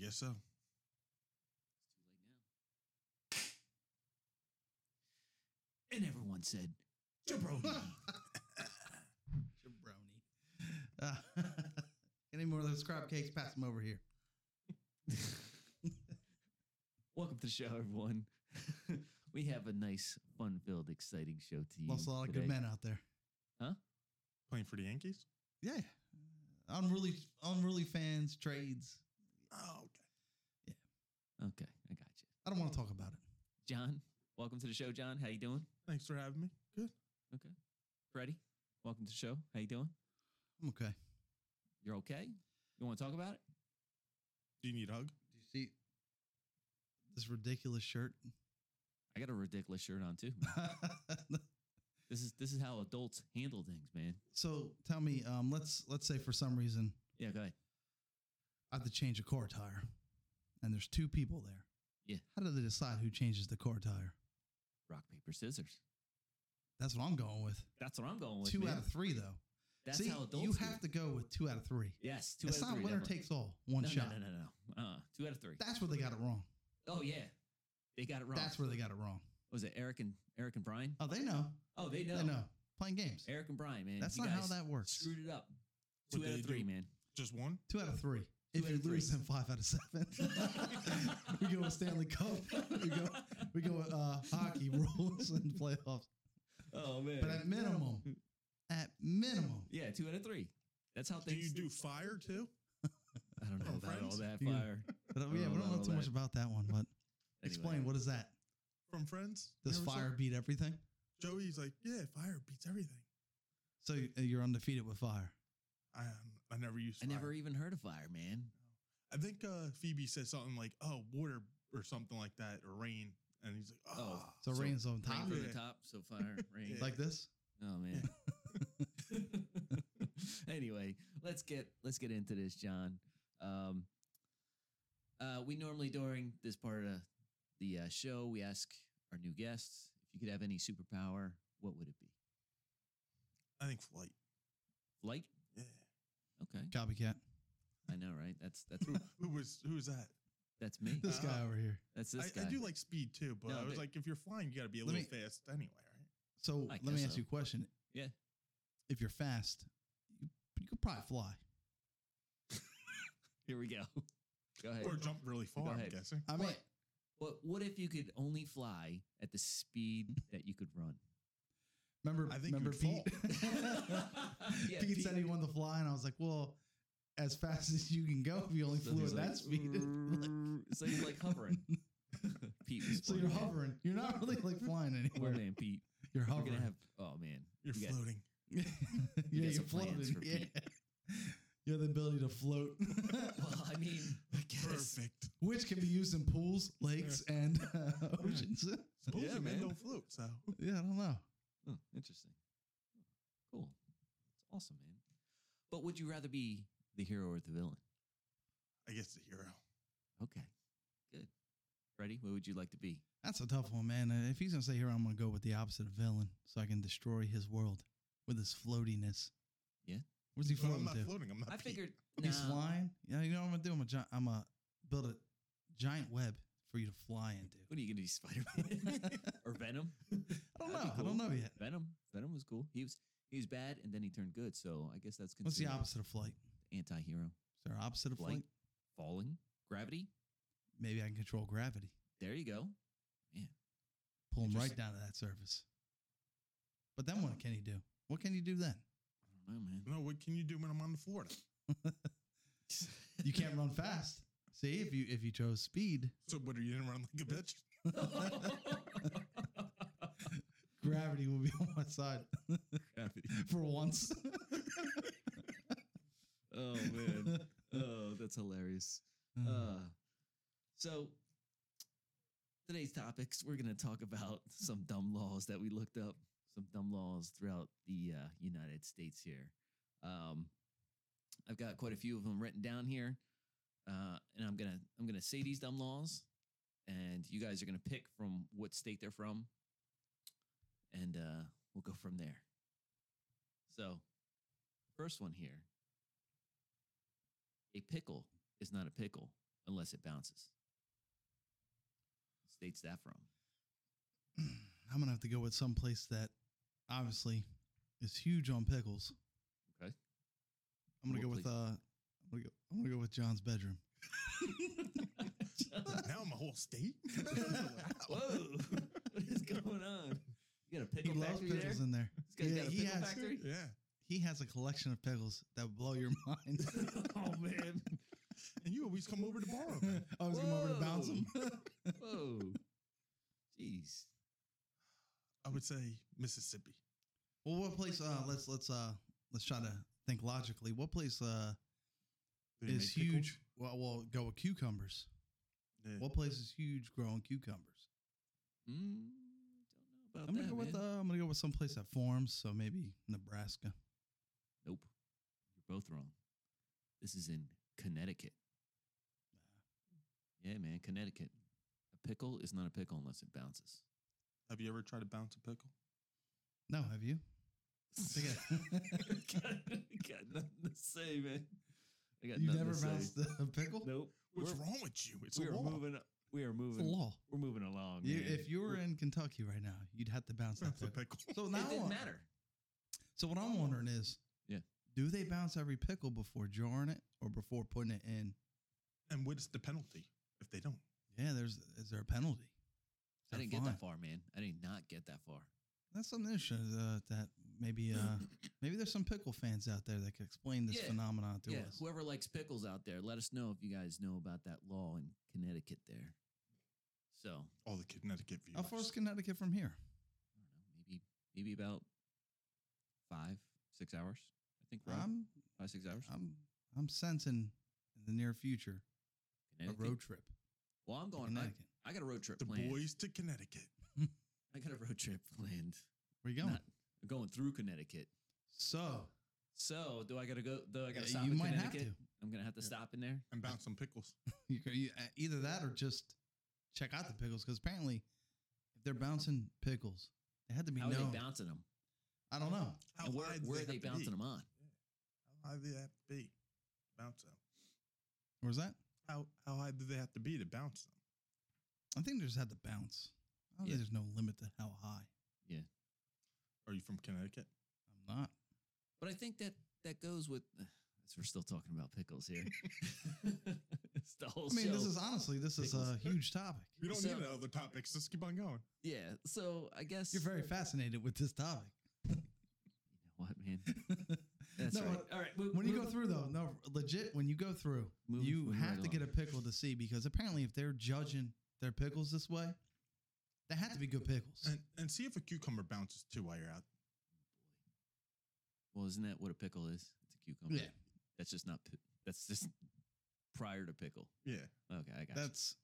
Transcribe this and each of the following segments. guess so. It's too late now. And everyone said, Jabroni. Jabroni. Uh, any more of those crop cakes? Pass them over here. Welcome to the show, everyone. we have a nice, fun filled, exciting show to you. Lost a lot of today. good men out there. Huh? Playing for the Yankees? Yeah. Unruly, unruly fans, trades. Oh, okay. Okay, I got you. I don't want to talk about it. John, welcome to the show, John. How you doing? Thanks for having me. Good. Okay. Freddie, welcome to the show. How you doing? I'm okay. You're okay? You want to talk about it? Do you need a hug? Do you see this ridiculous shirt? I got a ridiculous shirt on too. this is this is how adults handle things, man. so tell me, um, let's let's say for some reason Yeah, go ahead. I have to change a car tire, and there's two people there. Yeah. How do they decide who changes the car tire? Rock, paper, scissors. That's what I'm going with. That's what I'm going with. two man. out of three, though. That's See, how adults you do have it. to go with two out of three. Yes, two out it's of not three. winner definitely. takes all, one no, shot. No, no, no, no. Uh, two out of three. That's where they got it wrong. oh yeah, they got it wrong. That's where they got it wrong. was it Eric and Eric and Brian? Oh, they know. Oh, they know. They know. Playing games. Eric and Brian, man. That's You not how guys that works. Screwed it up. Two What'd out they of three, do? man. Just one? Two out of three. If out you of three. lose, then five out of seven. we go with Stanley Cup. we go. We go with uh, hockey rules and playoffs. Oh man. But at minimum, at minimum, yeah, two out of three. That's how Do things. you do fire too? I don't know about all friends? that Do you- fire. but, uh, yeah, we don't know too much about that one. But explain what is that? From friends? Does Never saw- fire beat everything? Joey's like, yeah, fire beats everything. So uh, you're undefeated with fire. I um, I never used I fire. never even heard of fire, man. I think uh, Phoebe said something like, oh, water or something like that, or rain. And he's like, oh. Oh, So, rains on Rain top, from Yeah. the top, so fire, rain. like this. Oh man. anyway, let's get let's get into this, John. Um, uh, we normally during this part of the uh, show we ask our new guests if you could have any superpower, what would it be? I think flight. Flight. Yeah. Okay, Copycat. I know, right? That's that's who, who was who was that? that's me. Uh, This guy over here. That's this I, guy. I do like speed too, but No, I was but- like, if you're flying, you got to be a Let little me- fast anyway, right? So I let me guess ask so. you a question. yeah. If you're fast, you, you could probably fly. Here we go. go ahead. Or jump really far. I'm ahead. guessing. I mean, But what if you could only fly at the speed that you could run? remember, I think remember you'd fall. Pete? Yeah, Pete said he wanted to fly, and I was like, well, as fast as you can go, if you only flew at he's like, that speed. so you're like hovering. Pete, was so funny, you're man. hovering. You're not really like flying Poor anywhere. man, Pete. You're We're hovering. gonna have. Oh man, You're We got- floating. yeah, got you're some plans floating. for Yeah. You have the ability to float, Well, I mean, I guess. Perfect. which can be used in pools, lakes, and uh, oceans. Supposedly Yeah, men man. don't float, so yeah, I don't know. Oh, interesting. Cool. It's awesome, man. But would you rather be the hero or the villain? I guess the hero. Okay, good. Freddie, what would you like to be? That's a tough one, man. Uh, If he's gonna say hero, I'm gonna go with the opposite of villain, so I can destroy his world with his floatiness. Yeah. Where's he But I'm floating not to? floating. I'm not. I Pete. figured. He's nah. flying. Yeah, you know what I'm gonna do? I'm a gi- I'm a build a giant web for you to fly into. What are you gonna be, Spider Man or Venom? I don't know. That'd be I don't know yet. Venom. Venom was cool. He was he was bad, and then he turned good. So I guess that's What's the considered opposite of flight? anti-hero. Is there an opposite of flight? Flight, falling, gravity. Maybe I can control gravity. There you go. Pull him right Interesting. Oh. down to that surface. But then what can he do? What can you do then? I don't know, man. No, what can you do when I'm on the floor? then? You can't run fast. See, if you if you chose speed, So, what are you gonna run like a bitch? gravity will be on my side Gravity. for once. Oh man. oh, that's hilarious. Mm. Uh, so today's topics, we're gonna talk about some dumb laws that we looked up, some dumb laws throughout the uh, United States here. Um, I've got quite a few of them written down here, uh, and I'm gonna I'm gonna say these dumb laws, and you guys are gonna pick from what state they're from, and uh, we'll go from there. So, first one here a pickle is not a pickle unless it bounces. States that from. I'm gonna have to go with some place that obviously is huge on pickles. Okay. I'm gonna What go with uh, place? I'm gonna go, I'm gonna go with John's bedroom. now I'm a whole state. Whoa, what is going on? You got a He pickle loves factory there? pickles in there. This guy's got a he pickle has factory. yeah. he has a collection of pickles that would blow your mind. oh man! And you always come over to borrow them. I was going over to bounce Whoa. him. Whoa! Jeez. I would say Mississippi. Well, what place? Uh, let's let's uh let's try to think logically. What place uh They is make pickles. huge? Well, we'll go with cucumbers. Yeah. What place is huge growing cucumbers? Mm, don't know about I'm gonna that, go with uh, man. I'm gonna go with some place that forms. So maybe Nebraska. Nope. You're both wrong. This is in Connecticut. Yeah, man, Connecticut. A pickle is not a pickle unless it bounces. Have you ever tried to bounce a pickle? No, have you? They got- got, got nothing to say, man. I got you nothing never to say. bounced a pickle. Nope. What's We're- wrong with you? It's we a are law. moving. We are It's the moving. law. We're moving along. You, man. if you were We're- in Kentucky right now, you'd have to bounce that Bounce a pickle. pickle. So now, it didn't matter. so what I'm wondering is, Yeah. do they bounce every pickle before jarring it or before putting it in? And what's the penalty if they don't? Yeah, there's is there a penalty? Is I there a didn't get fine? that far, man. I did not get that far. That's something interesting uh, that maybe uh, maybe there's some pickle fans out there that could explain this Yeah. phenomenon to yeah, us. whoever likes pickles out there, let us know if you guys know about that law in Connecticut there. So, I don't All the Connecticut viewers. How far is Connecticut from here? know, maybe maybe about five, six hours. I think right? I'm five, six hours. I'm I'm sensing in the near future a Connecticut. road trip. Well, I'm to going. I, Connecticut. I got a road trip the planned. boys to Connecticut. I got a road trip planned. Where you going? Not- going through Connecticut. so So, do I got to go? Do I got uh, to stop you in might have Connecticut? to. I'm gonna have to Yeah. stop in there. And bounce some pickles. You, could- you, uh, either that or just check out the pickles because apparently if they're bouncing pickles, they had to be How are known. they bouncing them? I don't know. How and where, wide do where are have they to be? bouncing them on? How high do they have to be? Bounce them. Where's that? How how high do they have to be to bounce them? I think they just had to bounce. I don't Yeah. think there's no limit to how high. Are you from Connecticut? I'm not. But I think that that goes with. uh, as we're still talking about pickles here. it's the whole I mean, show. this is honestly, this is a Pickles. huge topic. We don't So- need other topics. Let's keep on going. yeah. So I guess You're very fascinated with this topic. You know what man? That's No, uh, right. but All right. mo- when you go moving- through though, no, legit, when you go through, Moving- you moving have right to get a along. pickle to see because apparently, if they're judging their pickles this way, they have to be good pickles. And and see if a cucumber bounces too while you're out. Well, isn't that what a pickle is? It's a cucumber. Yeah. That's just not. pi- That's just prior to pickle. Yeah. Okay, I got you. That's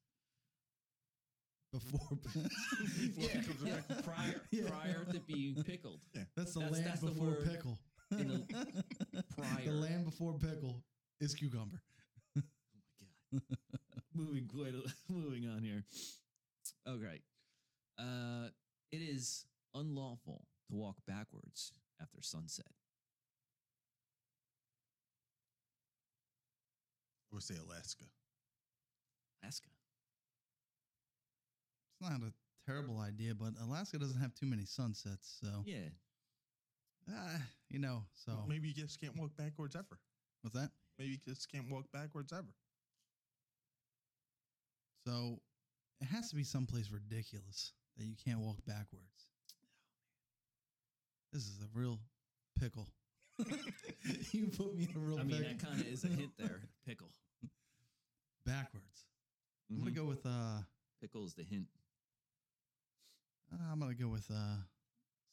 before. Before yeah, it comes yeah, back. prior, Yeah. prior to being pickled. That's the That's- land that's the before word pickle. in the- the prior. land before pickle is cucumber. Oh my god. moving quite a, moving on here. Oh great. Uh it is unlawful to walk backwards after sunset. I would say Alaska. Alaska. It's not a terrible idea, but Alaska doesn't have too many sunsets, so Yeah. ah, you know. So Maybe you just can't walk backwards ever. what's that? Maybe you just can't walk backwards ever. So it has to be someplace ridiculous that you can't walk backwards. This is a real pickle. you put me in a real I mean pickle. that kind of is a hint there. Pickle. Mm-hmm. backwards. I'm gonna Mhm. go with uh, Pickle is the hint. I'm gonna go with uh,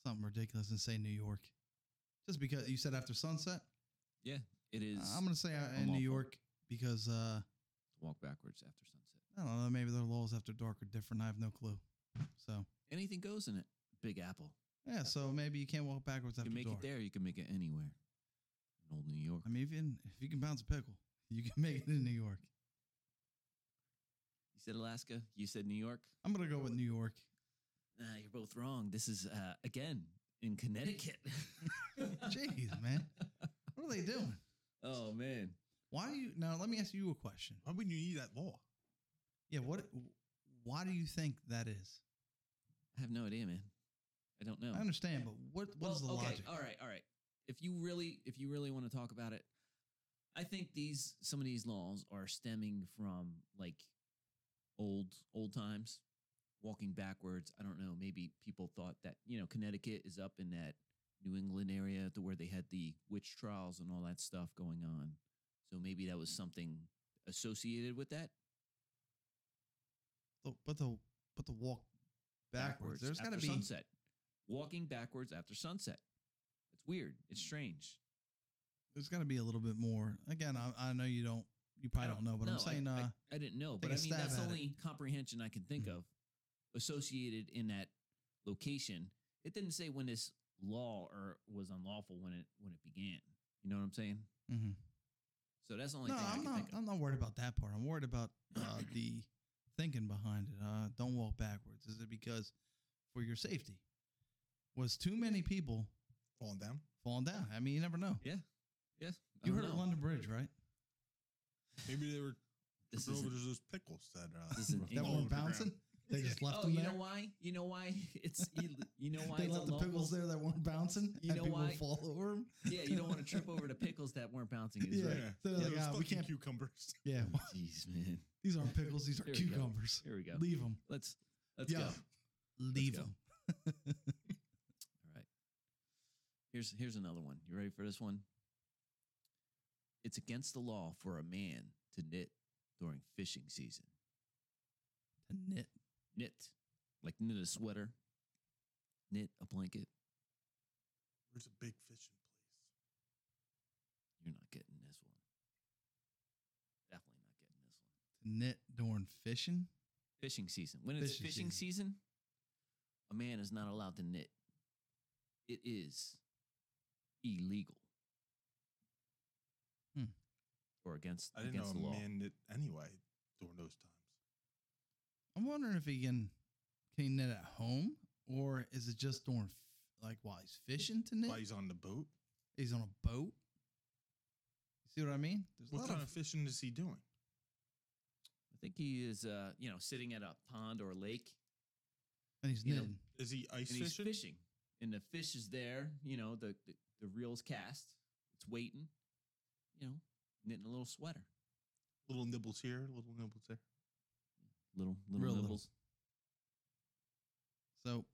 something ridiculous and say New York, just because you said after sunset. It is I'm gonna say uh, in unlawful. New York because uh, walk backwards after sunset. I don't know. Maybe their laws after dark are different. I have no clue. So Anything goes in it. Big apple. yeah, so maybe you can't walk backwards You after can make dark. it there, you can make it anywhere. In old New York. I mean, even if you can bounce a pickle, you can make it in New York. you said Alaska, you said New York. I'm gonna go with New York. Nah, you're both wrong. This is uh, again in Connecticut. Jeez, man, what are they doing? Oh man. Why do you now? Let me ask you a question. Why would you need that law? Yeah, what? Why do you think that is? I have no idea, man. I don't know. I understand, but what? What is the okay, logic? All right, all right. If you really, if you really want to talk about it, I think these some of these laws are stemming from like old old times, walking backwards. I don't know. Maybe people thought that you know Connecticut is up in that New England area to where they had the witch trials and all that stuff going on. So maybe that was something associated with that. The- but the but the walk backwards. There's got to after be. sunset. Walking backwards after sunset. It's weird. It's strange. There's got to be a little bit more. Again, I, I know you don't. You probably don't know, but I'm No, I- saying. I, uh, I didn't know, but take I a mean stab that's the at it. only comprehension I can think Mm-hmm. of associated in that location. It didn't say when this law or was unlawful when it when it began. You know what I'm saying? mhm. So that's the only No, thing i I'm can not. think of. I'm not worried about that part. I'm worried about uh, the thinking behind it. Uh, don't walk backwards. Is it because for your safety? Was too many people Falling down? falling down? I mean, you never know. Yeah, yes, I You don't heard of know. London Bridge, right? Maybe they were This over isn't- there's those pickles that uh, This isn't rolled That England. over were the ground. bouncing. They just left Oh, them you there. know why? You know why it's ill- you know why they it's left the unlawful? pickles there that weren't bouncing, You and know people why? fall over them. Yeah, you don't want to trip over the pickles that weren't bouncing. Is Yeah, right. they're Yeah, like, those "Ah, we fucking can't. cucumbers. Yeah, Jeez, man. these aren't pickles; these are Here we go. cucumbers. Here we go. Leave them. Let's let's Yeah. go. Leave go. them. All right. Here's here's another one. You ready for this one? It's against the law for a man to knit during fishing season. To knit. Knit, like knit a sweater, knit a blanket. Where's a big fishing place? You're not getting this one. Definitely not getting this one. To knit during fishing. Fishing season. When it's Fishing fishing, season, a man is not allowed to knit. It is illegal. Hmm. Or against I didn't against the know a law. man knit anyway during those times. I'm wondering if he can can he knit at home, or is it just during f- like while he's fishing to knit? While he's on the boat, He's on a boat. You see what I mean? There's a what lot kind of, of fishing is he doing? I think he is, uh, you know, sitting at a pond or a lake and he's you know, knitting. Is he ice and he's fishing? fishing, and the fish is there. You know, the, the the reel's cast, it's waiting. You know, knitting a little sweater, Little nibbles here, little nibbles there. little little Real little. nibbles. So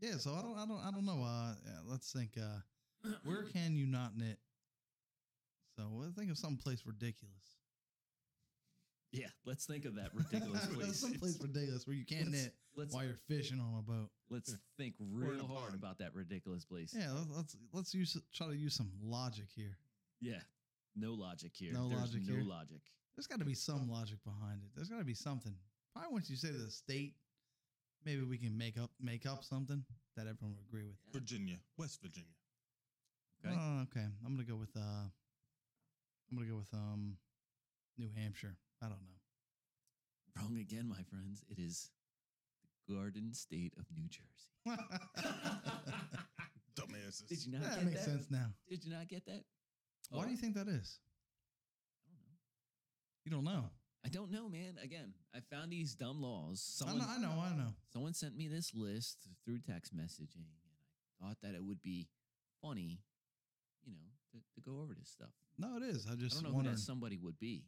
yeah, so I don't I don't I don't know. Uh, yeah, let's think. Uh, where can you not knit? So well, think of some place ridiculous. Yeah, let's think of that ridiculous place. some place ridiculous where you can't Let's- knit Let's while you're fishing on a boat. let's think in real a hard pond. about that ridiculous place. Yeah, let's let's, let's use try to use some logic here. Yeah. no logic here. No There's logic no here. logic. There's got to be some logic behind it. There's got to be something. Probably once you say the state, maybe we can make up make up something that everyone would agree with. Yeah. Virginia, West Virginia. Okay. Oh, okay. I'm gonna go with uh, I'm gonna go with um, New Hampshire. I don't know. Wrong again, my friends. It is the Garden State of New Jersey. Dumbasses. Did you not that get makes that? sense now. Did you not get that? Why do Oh. you think that is? I don't know. You don't know. I don't know, man. Again, I found these dumb laws. Someone, I know. I know. I know. someone sent me this list through text messaging, and I thought that it would be funny, you know, to, to go over this stuff. No, it is. I I just don't know wondering. who that somebody would be.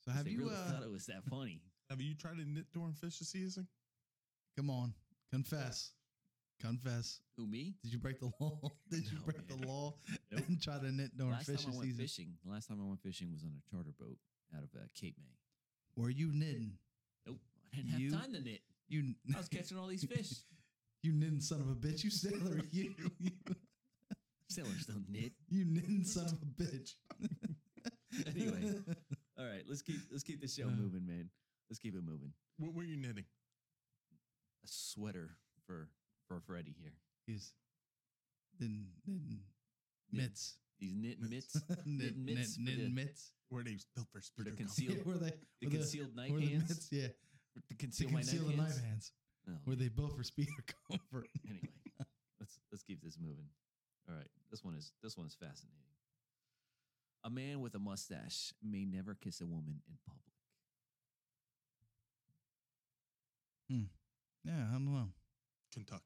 so 'cause have they you? really uh, thought it was that funny? Have you tried to knit during fishing season? come on, confess, confess. Who me? Did you break the law? Did you No, break man. the law Nope. and try to knit during last time I fishing went season? fishing, the last time I went fishing was on a charter boat out of uh, Cape May. Were you knitting? Nope, I didn't have You- time to knit. You I was catching all these fish. you knitting son of a bitch. You sailor. You you, Sailors don't knit. you knitting son of a bitch. Anyway. All right, let's keep let's keep the show Uh. moving, man. Let's keep it moving. What were you knitting? A sweater for for Freddie here. he's knitting knitting mitts. These knit mitts. knitting mitts mitts. for Knitting the- mitts. Were they built for speeder the company? conceal- Yeah, were they? The were the- concealed knife were the hands. mitts? Yeah. To To conceal, my conceal the knife hands. knife hands. Oh, Were they built for speed or comfort? anyway, let's let's keep this moving. All right, this one is this one is fascinating. A man with a mustache may never kiss a woman in public. Yeah, I don't know. Kentucky.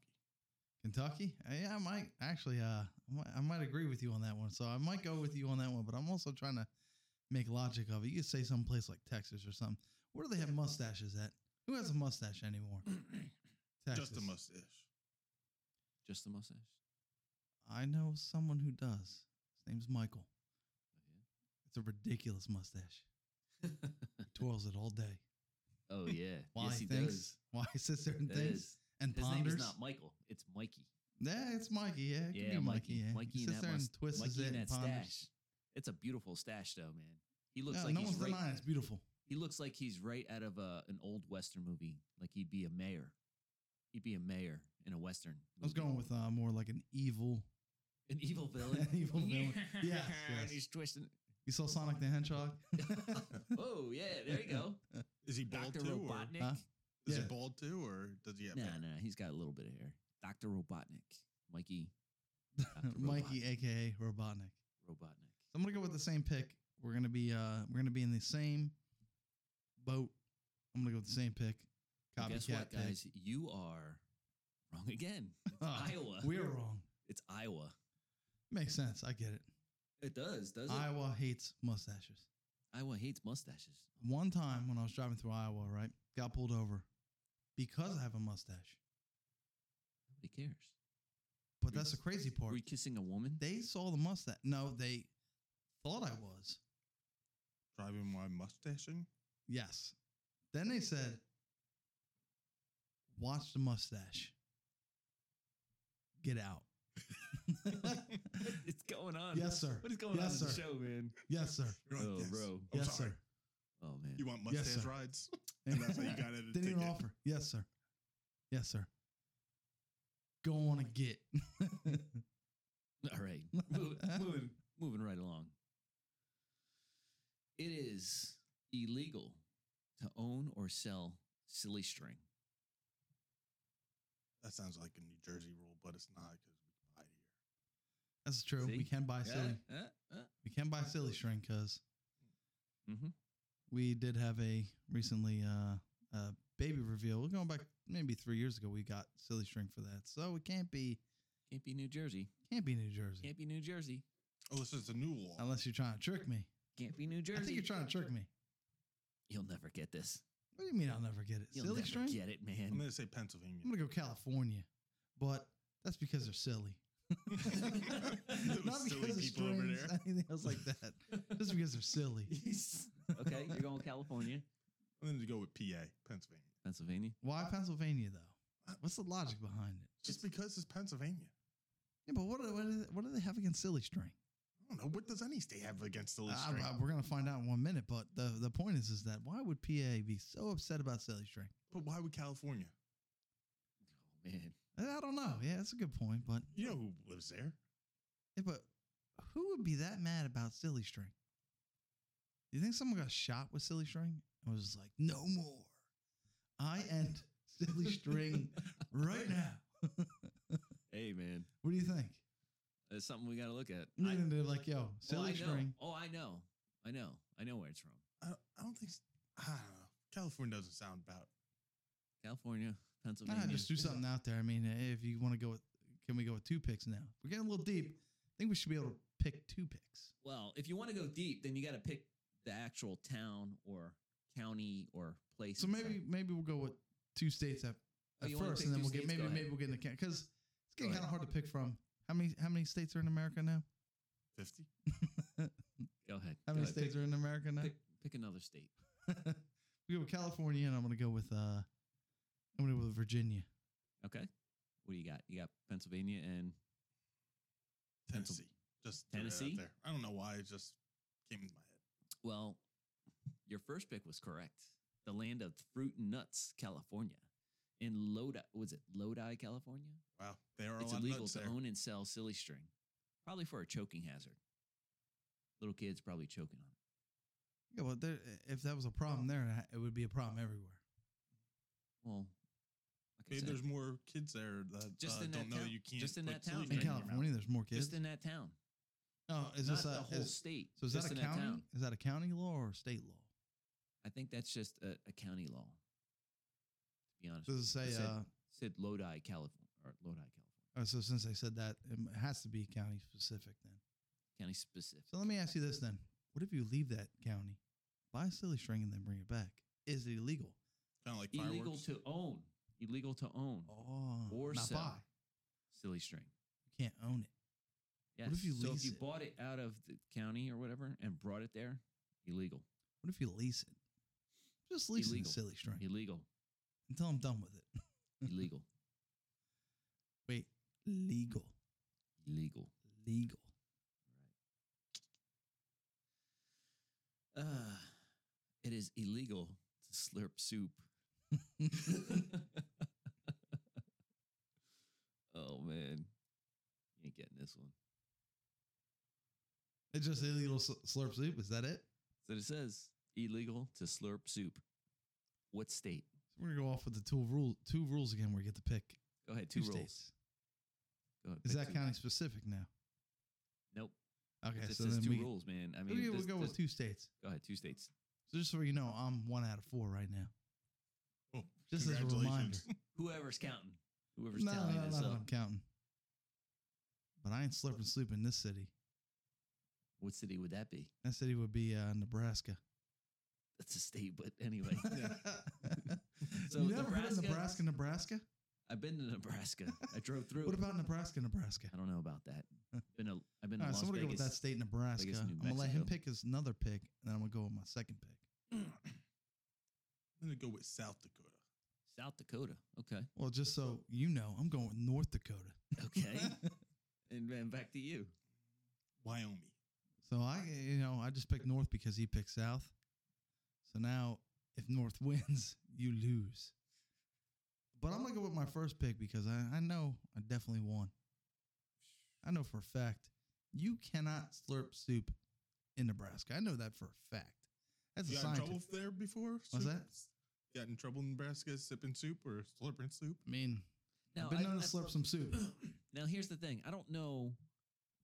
Kentucky? Uh, Yeah, I might actually. Uh, I might- I might agree with you on that one. So I might go with you on that one. But I'm also trying to make logic of it. You could say someplace like Texas or something. Where do they have mustaches at? Who has a mustache anymore? Texas. Just a mustache. Just the mustache. I know someone who does. His name's Michael. It's a ridiculous mustache. He twirls it all day. Oh yeah. Why yes, he he thinks? does. Why he sits there and That thinks is. and His name ponders? is not Michael. It's Mikey. yeah, it's Mikey. Yeah, it could Yeah, be Mikey. Mikey. Yeah, Mikey he and sits that there and must- twists Mikey it and and that ponders. stash. It's a beautiful stash, though, man. He looks Yeah, like no he's one's right. denying it's beautiful. He looks like he's right out of uh, an old western movie. Like he'd be a mayor. He'd be a mayor in a western. I was movie. going with uh, more like an evil. an evil villain. An evil villain. Yes, And yes. he's twisting. You saw Sonic the Hedgehog? oh yeah, there you go. Is he bald Doctor too? Or Robotnik. Huh? is Yeah. he bald too? Or does he have Nah, hair? nah, he's got a little bit of hair. Doctor Robotnik, Mikey, Dr. Mikey, aka Robotnik. Robotnik. So I'm gonna go with the same pick. We're gonna be uh we're gonna be in the same boat. I'm gonna go with the same pick. Well, guess Copycat what, pick. guys? You are wrong again. It's Ah, Iowa. We're wrong. It's Iowa. Makes sense. I get it. It does, does it? Iowa hates mustaches. Iowa hates mustaches. One time when I was driving through Iowa, right, got pulled over because I have a mustache. Nobody cares. But that's the crazy Were part. you kissing a woman? They saw the mustache. No, they thought I was. Driving my mustaching? Yes. Then they said, watch the mustache. Get out. What's going on? yes, sir. What is going Yes, on in sir. the show, man? Yes, sir. You're like, Oh, "Yes, bro. I'm yes, sorry. sir. Oh man. You want Yes, mustache sir. rides? And that's how you got it. Didn't even offer. Yes, sir. Yes, sir. Go on and get. All right. Mo- moving, moving right along. It is illegal to own or sell silly string. That sounds like a New Jersey rule, but it's not because we buy it here. That's true. See? We can buy silly. Uh, uh, uh. We can buy silly string because Mm-hmm. Mhm. we did have a recently uh, uh, baby reveal. We're going back maybe three years ago. We got silly string for that, so it can't be Can't be New Jersey. can't be New Jersey Can't be New Jersey. Oh, this is the new law. unless you're trying to trick me. Can't be New Jersey. I think you're trying to trick me. You'll never get this. What do you mean I'll never get it? You'll silly never string? get it, I'm man. going to say Pennsylvania. I'm gonna go California, but that's because they're silly. Those Not silly because of people over strings, there. anything else like that. Just because they're silly. okay, you're going California, I'm going to go with PA, Pennsylvania. Pennsylvania. Why Pennsylvania though? What's the logic behind it? Just because it's Pennsylvania. Yeah, but what do- what do they, what do they have against silly string? I don't know. What does any state have against the Uh, Ah, list? string? uh, we're gonna find out in one minute. But the the point is, is that why would PA be so upset about silly string? but why would California? Oh man, I I don't know. Yeah, that's a good point. But You know who lives there? yeah, but who would be that mad about silly string? Do you think someone got shot with silly string and was just like, no more? I end silly string right now. hey man, What do you think? that's something we got to look at. And I- then they're like, yo, oh, I silly know. string. Oh, I know. I know. I know where it's from. I, I don't think. s- I don't know. California doesn't sound about. California, Nah, Pennsylvania. just do something out there. I mean, if you want to go with, can we go with two picks now? We're getting a little deep. I think we should be able to pick two picks. Well, if you want to go deep, then you got to pick the actual town or county or place. So maybe maybe we'll go with two states at, Oh, at you wanna first, pick and then two we'll get states? maybe Go ahead. maybe we'll get into because it's getting Go kind of ahead. hard to pick from. How many how many states are in America now? 50? go ahead. How Go many ahead. states Uh, pick, are in America now? pick, pick another state. we go with California, and I'm gonna go with uh, I'm gonna go with Virginia. Okay. What do you got? You got Pennsylvania and Pencil- Tennessee. Just threw that out Tennessee? there. I don't know why. It just came into my head. well, your first pick was correct. The land of fruit and nuts, California. In Lodi, was it Lodi, California? Wow. They are it's a lot of illegal nuts to there. own and sell silly string, probably for a choking hazard. Little kids probably choking on it. Yeah, well, there, if that was a problem there, it would be a problem everywhere. Well, like I Maybe said, there's more kids there that Just uh, in that don't know town. you can't. Just in put that town, sleep Right. In in your mouth. California, there's more kids. just in that town. Oh, is not this the a whole is- state. so is just that a in county? town. Is that a county law or state law? I think that's just a, a county law. To be honest, Does it with you. say? said, Uh, said Lodi, California, or Lodi, California, oh, so since I said that, it m- has to be county specific then. county specific. So let me ask you this then: What if you leave that county, buy a silly string, and then bring it back? Is it illegal? Kind of like illegal fireworks. to own, illegal to own Oh, Or not sell. buy. silly string. You can't own it. Yes. if you so lease if you it? bought it out of the county or whatever and brought it there, illegal, What if you lease it? Just lease it a Illegal. silly string illegal, until I'm done with it. illegal, Wait, legal, illegal. legal. Uh, it is illegal to slurp soup. oh man, you ain't getting this one. It's just illegal sl- slurp soup. Is that it? So it says illegal to slurp soup. What state? So we're gonna go off with the two rule two rules again. Where you get to pick Go ahead, two, two, rules. states. Go ahead, Is pick that two. county specific now? Nope. Okay, it so says then two we rules, man. I mean, okay, we'll this- go this- with two states. Go ahead, two states. So just so you know, I'm one out of four right now. Oh, Just as a reminder. congratulations. Whoever's counting, whoever's No, tallying no, this no, no, up. I'm counting. But I ain't sleeping sleep in this city. What city would that be? That city would be uh, Nebraska. That's a state, but anyway, So you never heard of Nebraska- Nebraska, Nebraska? I've been to Nebraska. I drove through. What it. about Nebraska, Nebraska? I don't know about that. Been a, I've been All to right, Las so I'm gonna go with that Vegas. state, Nebraska. New I'm gonna let him Mexico. pick his another pick, and then I'm gonna go with my second pick. I'm gonna go with South Dakota. South Dakota. Okay. Well, just so you know, I'm going with North Dakota. Okay. and then back to you. Wyoming. So I, you know, I just picked North because he picked South. So now, if North wins, you lose. But I'm gonna go with my first pick because I, I know I definitely won. I know for a fact you cannot slurp soup in Nebraska. I know that for a fact. That's a You got in scientific. trouble there before? What's that? Got in trouble in Nebraska sipping soup or slurping soup? I mean, Now, I've been I- known to I- slurp some soup. now here's the thing. I don't know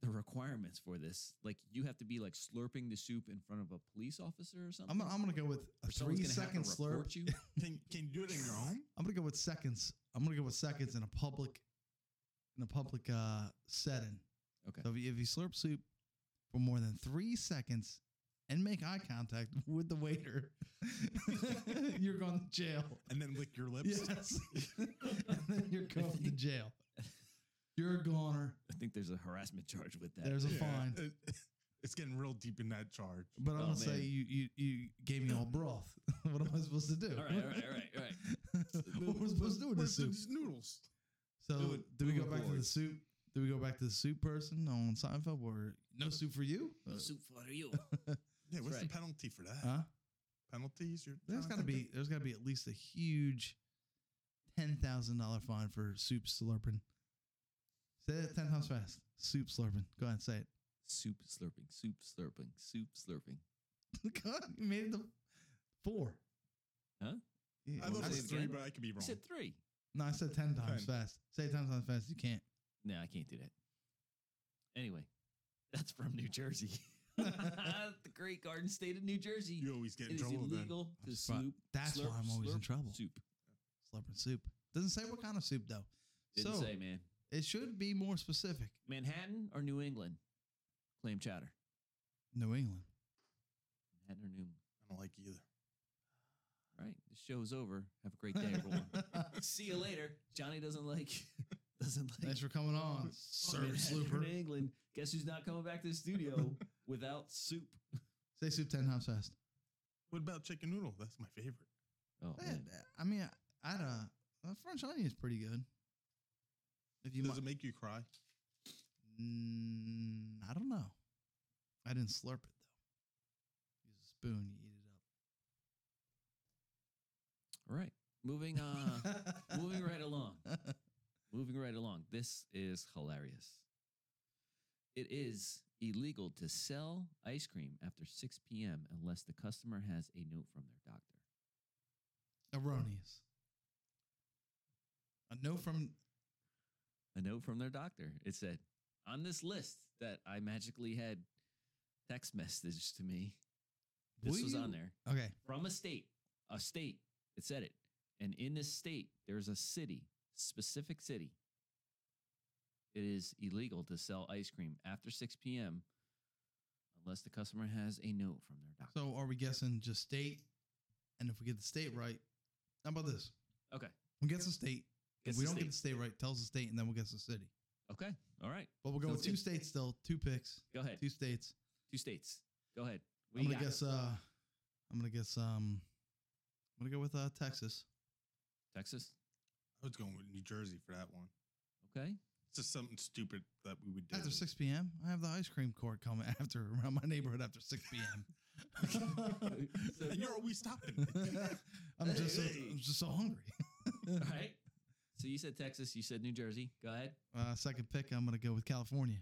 the requirements for this. Like you have to be like slurping the soup in front of a police officer or something. I'm gonna, I'm gonna go with a Or someone's three gonna have to second slurp. report You? Can can you do it in your home? I'm gonna go with seconds. I'm gonna go with seconds in a public, in a public uh, setting. Okay. So if you, if you slurp soup for more than three seconds and make eye contact with the waiter, you're going to jail. And then lick your lips. Yes. and then you're going to jail. You're a goner. I think there's a harassment charge with that. There's a Yeah, fine. it- it's getting real deep in that charge. But I'm Oh, gonna say man. you, you you gave me all broth. what am I supposed to do? all right, all right, all right, all right. what am I supposed to do with Where's this soup? these noodles? So Moving- do we go moving back to the forward. soup? Do we go back to the soup person on Seinfeld or no soup for you? Uh, No soup for you. Yeah, what's right. the penalty for that? Huh? Penalties? You're There's trying to got to be think there's got to be at least a huge ten thousand dollar fine for soup slurping. Say that ten times fast. Soup slurping. Go ahead and say it. Soup slurping, soup slurping, soup slurping. Go ahead. You made it to four. Huh? Yeah, of- I thought I it was said- it three, again. but I could be You wrong. said three. no, I said ten times Ten. fast. Say it ten times fast. You can't. No, I can't do that. Anyway, that's from New Jersey. the great garden state of New Jersey. You always get in It is trouble then. illegal to That's right. sloop. That's why slurp, I'm always in slurp trouble. Soup. Slurping soup doesn't say what kind of soup though. Didn't so say, man. it should be more specific. Manhattan or New England? Clam chowder. New England. Manhattan or New England. I don't like either. All right. The show's over. Have a great day, everyone. See you later. Johnny doesn't like doesn't like Thanks for coming Oh, on, Sir Manhattan or Slooper. New England. Guess who's not coming back to the studio without soup? Say soup ten times fast. What about chicken noodle? That's my favorite. Oh Eh. Yeah, man. I mean, I- I'd uh, uh, French onion is pretty good. If you, Does might, it make you cry? mm, I don't know. I didn't slurp it though. Use a spoon, you eat it All right. Moving on. up. moving Uh, right along. Moving right along. This is hilarious. It is illegal to sell ice cream after 6 p.m. unless the customer has a note from their doctor. Erroneous. A note from A note from their doctor. It said, on this list that I magically had text message to me. This Will was on you- there Okay. from a state, a state. It said it, and in this state, there's a city, specific city. It is illegal to sell ice cream after 6 p.m. unless the customer has a note from their doctor. So are we guessing just state? And if we get the state right, how about this? okay. We guess the state. Guess if we the don't get the state. state right, tells the state, and then we'll guess the city. Okay. All right. But we'll go with Sounds two good. states still, two picks, Go ahead. Two, two states. states. Go ahead. What I'm you gonna got? guess. Uh, I'm gonna guess. Um, I'm gonna go with uh, Texas. Texas. I was going with New Jersey for that one. Okay. It's just something stupid that we would do. After 6 p.m., I have the ice cream court coming after around my neighborhood after 6 p.m. So- and you're always stopping. I'm just so, I'm just so hungry. All right. So you said Texas. You said New Jersey. Go ahead. Uh, second pick, I'm gonna go with California.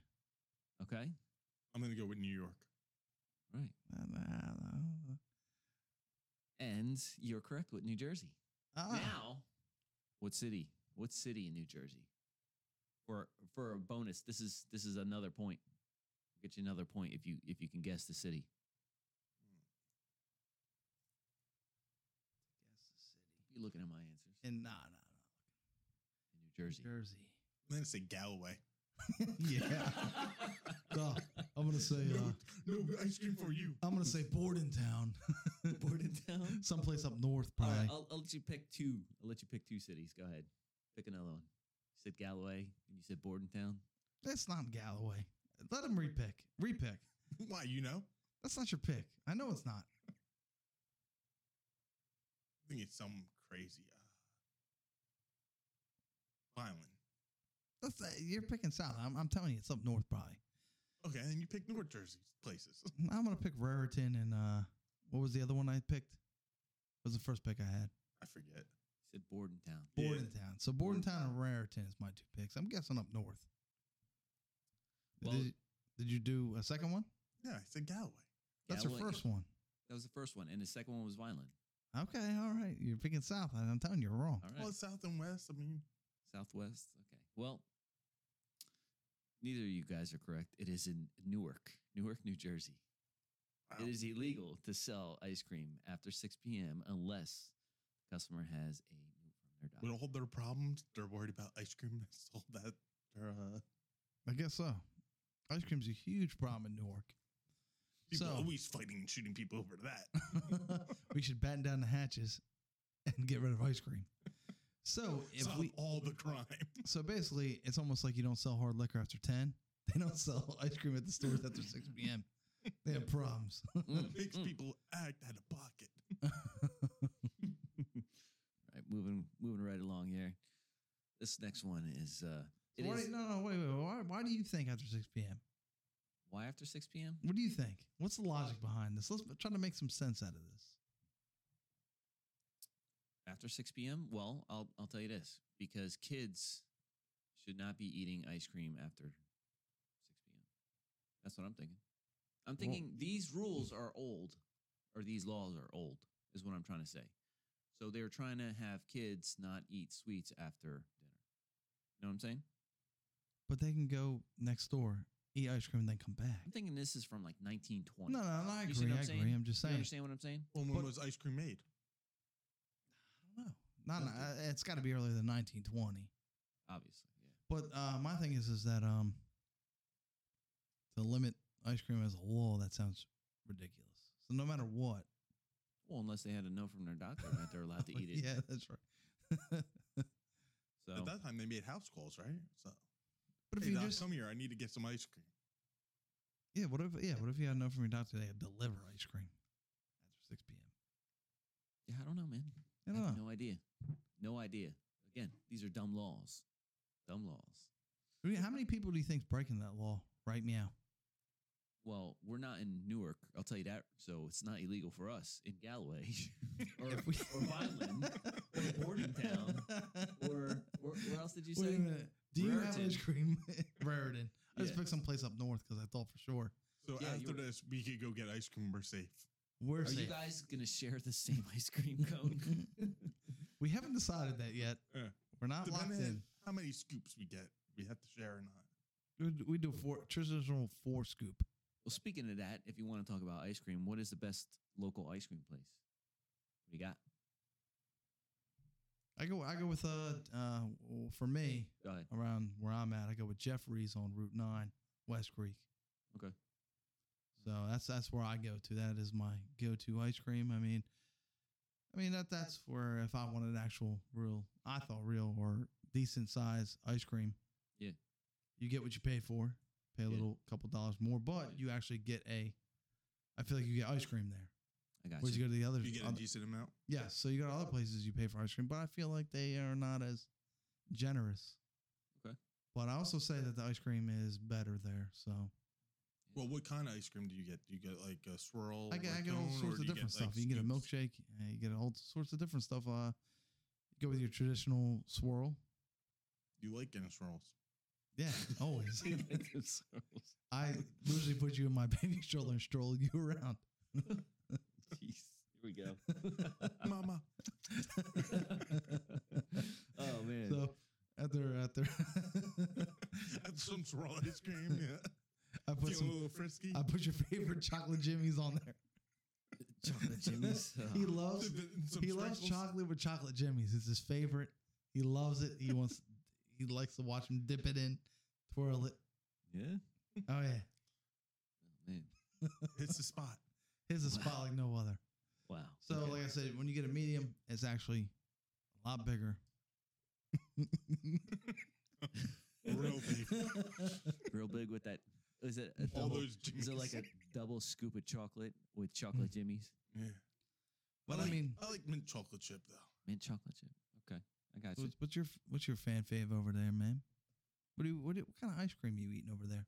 Okay. I'm gonna go with New York. All right. Uh, nah, nah. And you're correct with New Jersey. Ah, Now, what city? What city in New Jersey? For for a bonus, this is this is another point. Get you another point if you if you can guess the city. You looking at my answers in and nah, nah, New Jersey? nah. Jersey. I'm gonna say Galloway. yeah. Duh. I'm gonna say. Uh, No, ice cream for you. I'm gonna say Bordentown, Bordentown. someplace up north, All right, uh, probably. I'll, I'll let you pick two. I'll let you pick two cities. Go ahead, pick another one. You said Galloway, and you said Bordentown. That's not Galloway. Let him repick. Repick. Why? You know? I That's not your pick. I know it's not. think it's some crazy. Uh, violent. That's uh, you're picking south. I'm, I'm telling you, it's up north, probably. Okay, and you pick North Jersey places. I'm gonna pick Raritan and uh, what was the other one I picked? Was the first pick I had I forget. You said Bordentown. Yeah. Bordentown. So Bordentown and Raritan is my two picks. I'm guessing up north. Well- did, did you do a second one? Yeah, I said Galloway. That's Galloway- your first one. That was the first one, and the second one was Vineland. Okay, all right. You're picking south. I- I'm telling you, you're wrong. All right, Well, it's south and west. I mean, Southwest. Okay, well, neither of you guys are correct. It is in Newark, Newark, New Jersey. wow. It is illegal to sell ice cream after 6 p.m. unless the customer has a note from their with doctor. all their problems, they're worried about ice cream. That's all that. They're, uh, I guess so. Ice cream's a huge problem in Newark. people So- always fighting and shooting people over that. we should batten down the hatches and get rid of ice cream. So if Solve we all the crime. so basically it's almost like you don't sell hard liquor after ten. They don't sell ice cream at the stores after six p.m. They have problems. Mm, makes mm. people act out of pocket. All right, moving moving right along here. This next one is uh, it why, is- no, no, wait, wait. Why, why do you think after six p.m.? why after 6 p.m. What do you think? What's the logic behind this? Let's try to make some sense out of this. after 6 p.m. Well, I'll I'll tell you this because kids should not be eating ice cream after 6 p.m. That's what I'm thinking. I'm thinking these rules are old, or these laws are old, is what I'm trying to say. So they're trying to have kids not eat sweets after dinner. You know what I'm saying? But they can go next door, eat ice cream, and then come back. I'm thinking this is from like 1920. No, no, no I You see agree. what I I'm agree. saying? I'm just you saying. understand what I'm saying? Well, when But- was ice cream made? No, not, not it's got to be earlier than 1920. Obviously, yeah. But uh, my thing is, is that um, to limit ice cream as a law, that sounds ridiculous. So no matter what, Well, unless they had a note from their doctor that they're allowed to eat it. Oh, yeah, that's right. So At that time, they made house calls, right? So, Oh. but if hey, you doc, just come here. I need to get some ice cream. yeah, what if yeah, what if you had enough from your doctor they had deliver ice cream after 6 p.m. yeah, I don't know, man. I I don't have know. no idea. No idea. Again, these are dumb laws. Dumb laws. I mean, how many people do you think's breaking that law right meow? Well, we're not in Newark, I'll tell you that. So it's not illegal for us in Galloway or, If we- or Vineland or Bordentown or, or where else did you Wait say? a minute. Do you Raritan. have ice cream? Raritan. I just Yeah. picked someplace up north because I thought for sure. So Yeah, you after were- this, we could go get ice cream. We're safe. Are We're you safe. guys going to share the same ice cream cone? we haven't decided that yet. Yeah. We're not locked Depending in. on how many scoops we get, we have to share or not. We'd- We do a four traditional four scoop. Well, speaking of that, if you want to talk about ice cream, what is the best local ice cream place? What do you got? I go I go with uh uh well, for me Go ahead. around where I'm at. I go with Jeffries on Route Nine, West Creek. Okay. So that's that's where I go to. That is my go-to ice cream. I mean, I mean that that's where if I wanted actual real, I thought real or decent size ice cream. Yeah. You get what you pay for. Pay a Yeah. little couple dollars more, but you actually get a. I feel like you get ice cream there. I got Whereas you go to the other, You get a other decent amount. yeah. So you go to other places, you pay for ice cream, but I feel like they are not as generous. Okay. But I also say that the ice cream is better there. So Well, what kind of ice cream do you get? Do you get like a swirl? I get, or I get all cone, or sorts do of you different get, like, stuff. you can get a scoops? milkshake. Uh, you get all sorts of different stuff. Uh, go with your traditional swirl. You like getting swirls. Yeah, always. you. I usually put you in my baby stroller and stroll you around. Jeez, here we go. Mama. oh man. So after after Have some swirl ice cream. Yeah. I put Get a some little frisky. I put your favorite chocolate jimmies on there. Chocolate Jimmy's. he Oh, loves he loves chocolate with chocolate jimmies. It's his favorite. He loves it. He wants. he likes to watch him dip it in, twirl it. yeah. Oh yeah, Oh, man. It's the spot. his is a spot like no other. Wow. So Okay. like I said, when you get a medium, it's actually a lot bigger. Real big. real big with that. Is it a All double, those Is it like a jimmies. double scoop of chocolate with chocolate jimmies? Yeah. But I like- mean, I like mint chocolate chip though. Mint chocolate chip. Okay, I got you. what's, what's your what's your fan fave over there, man? What do you, what, do, what kind of ice cream you eating over there?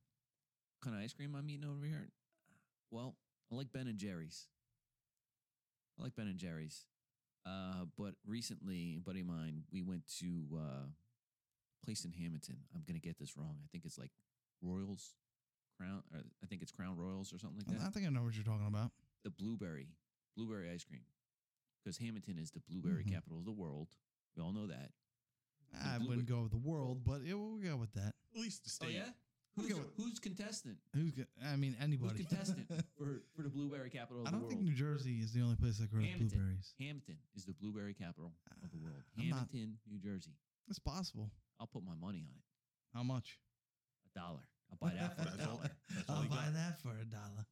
What kind of ice cream I'm eating over here? Well, I like Ben and Jerry's. I like Ben and Jerry's. Uh, but recently, a buddy of mine, we went to uh, a place in Hamilton. I'm gonna get this wrong. I think it's like Royals, Crown. Or I think it's Crown Royals or something like that. I, I think I know what you're talking about. the blueberry, blueberry ice cream, because Hamilton is the blueberry Mhm. capital of the world. We all know that. I blue- wouldn't go with the world, but yeah, we'll go with that. At least the Oh, state. who's, Okay, wh- who's contestant? Who's go- I mean Who's anybody? contestant for, for the blueberry capital of I the don't world? think New Jersey is the only place that grows Hamilton. blueberries. Hamilton is the blueberry capital of the world. Ah, I'm not- Hamilton, New Jersey. It's possible. I'll put my money on it. How much? A dollar. I'll buy that for a That's all- dollar. that's all I'll you buy got. that for a dollar.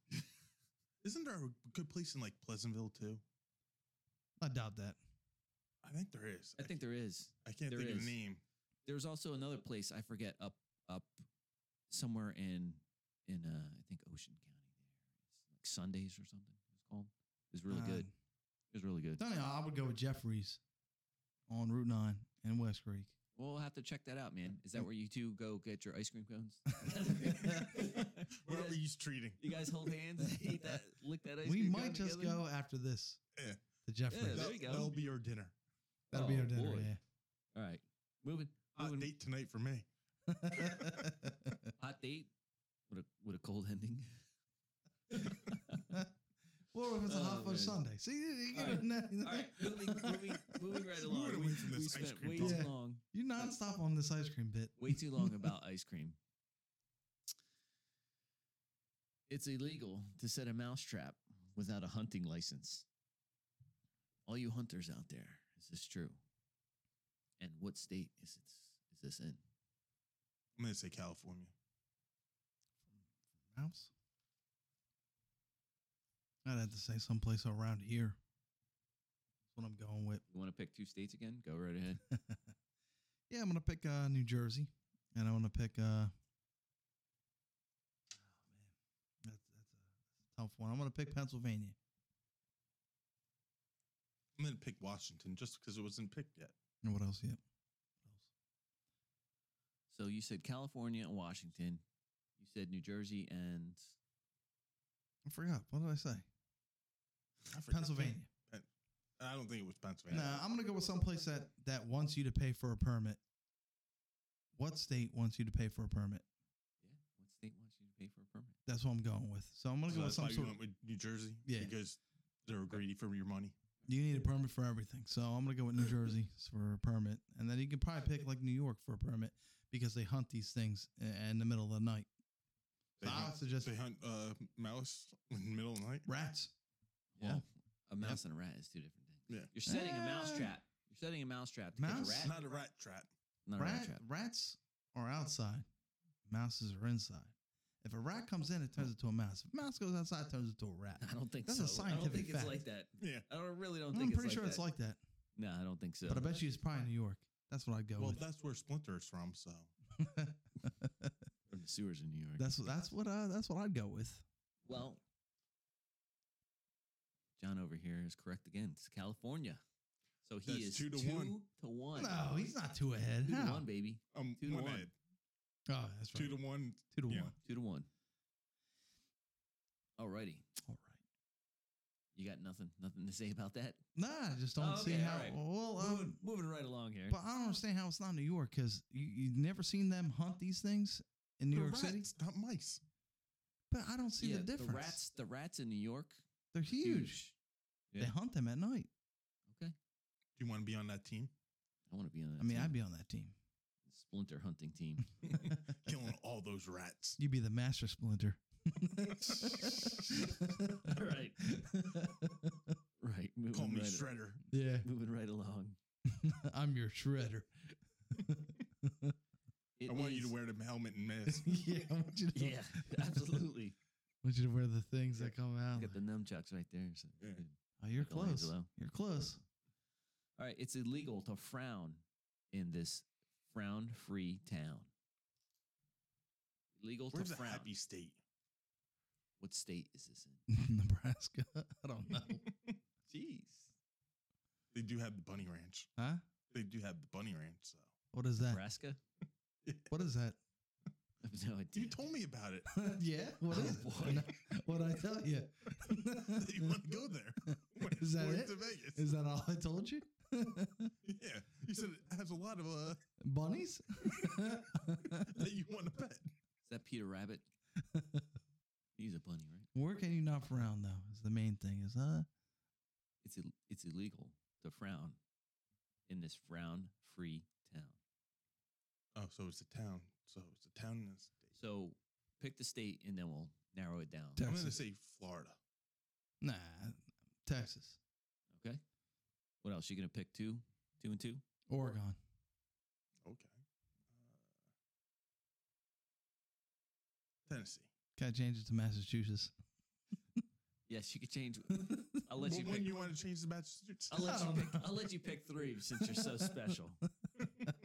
Isn't there a good place in like Pleasantville too? I doubt that. I think there is. I think there is. I can't there think of is. the name. There's also another place I forget up up somewhere in in uh, I think Ocean County. There, it's like Sundays or something. It's called. It's really good. Um, It's really good. don't know, I would go with Jeffries on Route Nine in West Creek. We'll have to check that out, man. Is that where you two go get your ice cream cones? Whatever he's treating. you guys hold hands, eat that, lick that ice we cream. might just go after this. Yeah. The Jeffries. Yeah, there That- you go. That'll be your dinner. That'll be Oh, our dinner. boy. Yeah. go. All right, moving. Hot moving- date tonight for me. Hot date with a with a cold ending. Well, if it's a Oh, hot fudge man. Sunday. See, you, you All get right. it. All right, moving, moving, moving right We along. went away from this we ice spent cream way talk. too Yeah. long, You nonstop on this ice cream bit. way too long about ice cream. It's illegal to set a mousetrap without a hunting license. All you hunters out there, is this true? And what state is this, is this in? I'm gonna say California. Mouse. I'd have to say someplace around here. That's what I'm going with. You want to pick two states again? Go right ahead. Yeah, I'm gonna pick uh, New Jersey, and I want to pick. Uh, oh man, that's that's a, that's a tough one. I'm gonna pick Pennsylvania. I'm gonna pick Washington just because it wasn't picked yet. And what else? Yeah, So you said California and Washington. You said New Jersey and I forgot. What did I say? I forget. Pennsylvania. I don't think it was No, Pennsylvania. Nah, I'm gonna go with someplace that that wants you to pay for a permit. What state wants you to pay for a permit? yeah, what state wants you to pay for a permit? That's what I'm going with. So I'm gonna So go with that's why some you sort. went with New Jersey. Yeah. Because they were greedy for your money. You need a permit for everything. So I'm gonna go with New Jersey for a permit, and then you can probably pick like New York for a permit because they hunt these things i- in the middle of the night. They So I would hunt, suggest they hunt uh, mouse in the middle of the night. rats. Well, a mouse and a rat is two different things. Yeah. You're setting a mouse Ah. trap. You're setting a mouse trap to Mouse? catch a rat. Not a rat trap. Not a Rat, rat trap. Rats are outside. Mouses are inside. If a rat comes in, it turns into a mouse. If a mouse goes outside, it turns into a rat. I don't think That's so. a I don't think scientific fact. it's like that. Yeah. I don't really don't I'm think pretty it's like sure that. it's like that. No, I don't think so. But I bet you it's probably New York. That's what I'd go Well, with. that's where Splinter's from. So From the sewers in New York. That's that's what uh, that's what I'd go with. well, John over here is correct again. It's California. So he That's is two to one. to one. No, he's not two ahead. Two to How? one, baby. um, Two to one one. ahead. Oh, that's right. Two to one. Two to yeah. one. Two to one. Alrighty. All right. You got nothing, nothing to say about that. Nah, I just don't Oh, see okay, how. all right. Well, moving, um, moving right along here. but I don't understand how it's not New York because you, you've never seen them hunt these things in New They're York City. rats, not mice. But I don't see Yeah, the difference. rats, the rats in New York, They're huge. Yeah. They hunt them at night. Okay, Do you want to be on that team? I want to be on. That I mean, team. I'd be on that team. splinter hunting team. Killing all those rats. You'd be the master splinter. All right. right, moving Call me right, Shredder. yeah, moving right along. I'm your shredder. It I want you is- to wear the helmet and mask. yeah, I want you to. Yeah, absolutely. I want you to wear the things that come out. Got the nunchucks right there. so Yeah. good. Oh, you're close. Michelangelo. You're close. All right, it's illegal to frown in this frown-free town. Illegal Where's to the frown. happy state? What state is this in? Nebraska. I don't know. Jeez. They do have the bunny ranch. huh? They do have the bunny ranch. So What is that? Nebraska? What is that? I have no idea. you told me about it. yeah. What Oh, is boy. it? What I tell you? That you want to go there? When Is that we went it? To Vegas. Is that all I told you? yeah, you said it has a lot of uh Bunnies? that you want to bet. Is that Peter Rabbit? He's a bunny, right? Where can you not frown though? Is the main thing. Is uh It's Ill- it's illegal to frown in this frown-free town. Oh, so it's a town. So it's a town in the state. So pick the state, and then we'll narrow it down. Te- I'm going to Texas. say Florida. nah Texas, Okay. What else? You gonna pick two, two and two? Oregon, Okay. Uh, Tennessee. Can I change it to Massachusetts? Yes, you could change. I'll let Well, you when pick. you want to change the Massachusetts? I'll let you Oh, pick. no. I'll let you pick three since you're so special.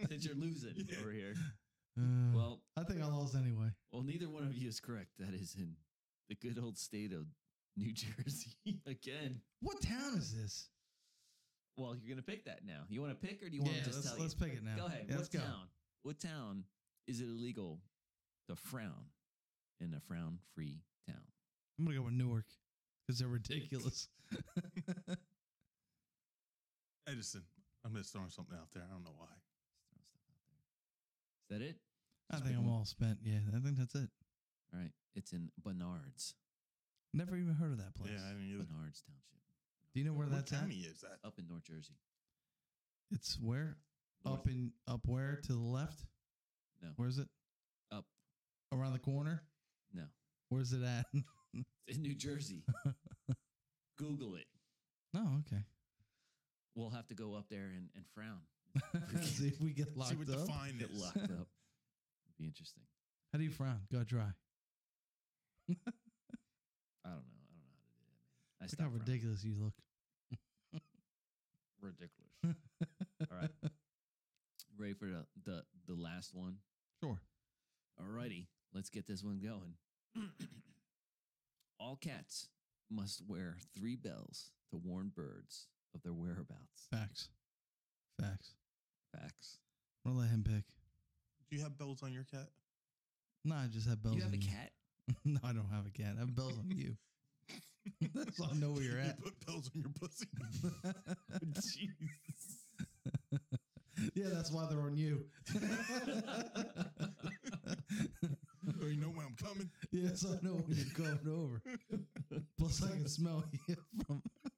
since you're losing Yeah. over here. Uh, Well, I think I lost anyway. well, neither one of you is correct. That is in the good old state of New Jersey again. What town is this? Well, you're gonna pick that now. You want to pick, or do you want yeah, to just let's, tell you? let's pick it now. Go ahead. Yeah, what let's go. town? What town is it illegal to frown in a frown-free town? I'm gonna go with Newark because they're ridiculous. Edison. I'm just throwing something out there. I don't know why. Is that it? I Just think pick I'm one. all spent. Yeah, I think that's it. All right. It's in Bernards, Never even heard of that place. Yeah, I didn't either. Bernards Township, Do you know where What that's at? county is that? up in North Jersey. It's where North- up in up where to the left. No. Where is it? Up. Around the corner. No. Where's it at? It's in New Jersey. Google it. no. Oh, Okay. We'll have to go up there and, and frown. See if we get Uh, locked See what the up. fine Get is. locked up. Be interesting. How do you frown? Go dry. I don't know. I don't know how to do that. Man. I Look how stopped frowning. ridiculous you look. Ridiculous. All right. Ready for the, the the last one? Sure. Alrighty, let's get this one going. All cats must wear three bells to warn birds of their whereabouts. Facts. Facts. Facts. I'm gonna let him pick. Do you have bells on your cat? No, I just have bells. you have a on cat? no, I don't have a cat. I have bells on you. so I know where you're at. You put bells on your pussy. Jeez. yeah, that's why they're on you. oh, you know when I'm coming. yeah, so I know when you're coming over. Plus, I can smell you from.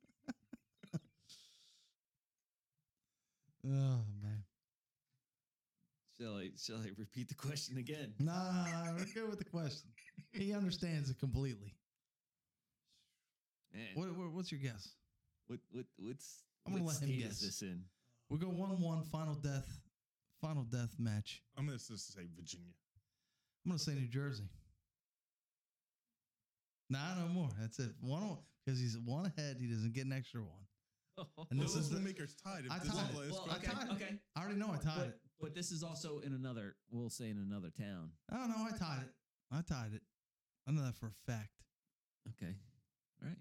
Oh man. Shall I? Shall I repeat the question again? Nah, nah, nah, we're good with the question. He understands it completely. Man, What, what what's your guess? what what what's I'm gonna what let him state is guess. this in? We'll go one one final death final death match. I'm gonna just say Virginia. I'm gonna say New Jersey. Nah, no more. That's it. One because he's one ahead, he doesn't get an extra one. And Well, this is the the- maker's tied. If I this is tied it. the last well, uh, I question- okay, tied it. okay. I already know I tied But, it. but this is also in another. We'll say in another town. Oh no, I tied it. I tied it. I know that for a fact. Okay, all right.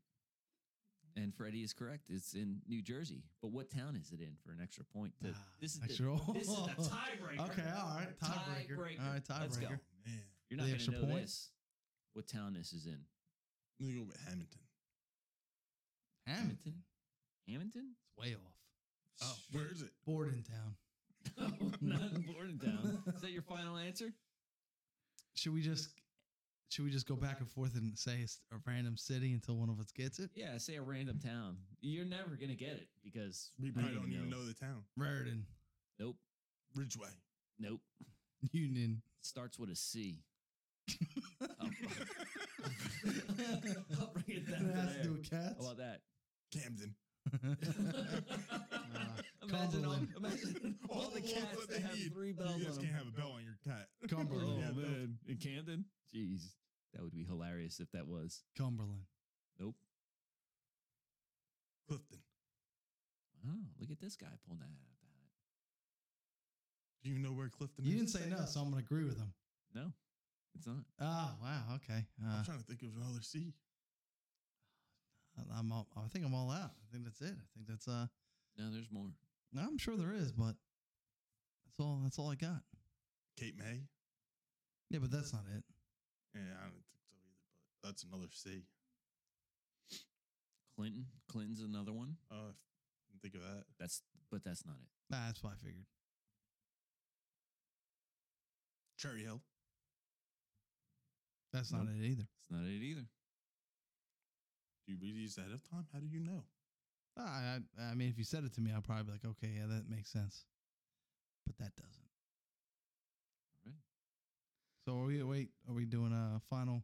And Freddie is correct. It's in New Jersey. But what town is it in for an extra point? To, Ah, this is extra the, roll. this is the tiebreaker. Okay, all right. Tiebreaker. Tiebreaker. All right, tiebreaker. Let's go. Oh, man, You're not The going to extra know point? this. What town this is in? I'm gonna go with Hamilton. Hamilton. Hamilton? It's way off. Oh, where is it? Bordentown. no, not in Bordentown. Is that your final answer? Should we just should we just go back and forth and say it's a random city until one of us gets it? Yeah, say a random town. You're never gonna get it because We I probably don't even know the town. Raritan, Nope, Ridgeway. nope. Union. Starts with a C. I'll, I'll bring it down. It has to to do there. with cats. How about that? Camden. imagine, all, Cumberland. imagine all the cats that have need. three bells You on guys them. can't have a bell on your cat. Cumberland. Yeah, oh no. man, in Camden. Jeez, that would be hilarious if that was. Cumberland. Nope. Clifton. Oh, look at this guy pulling that out of the hat. Do you know where Clifton You is? didn't say no, so I'm gonna agree with him. No, it's not. Oh wow, okay. Uh, I'm trying to think of another C. I- I'm all, I think I'm all out. I think that's it. I think that's uh No, there's more. I'm sure there is, but that's all that's all I got. Cape May. Yeah, but that's not it. Yeah, I don't think so either, but that's another C. Clinton. Clinton's another one. Uh, I didn't think of that. That's but that's not it. Nah, that's what I figured. Cherry Hill. That's not Nope. it either. It's not it either. Do you read these ahead of time? How do you know? I, I I mean, if you said it to me, I'd probably be like, okay, yeah, that makes sense. But that doesn't. All right. So are we wait? Are we doing a final?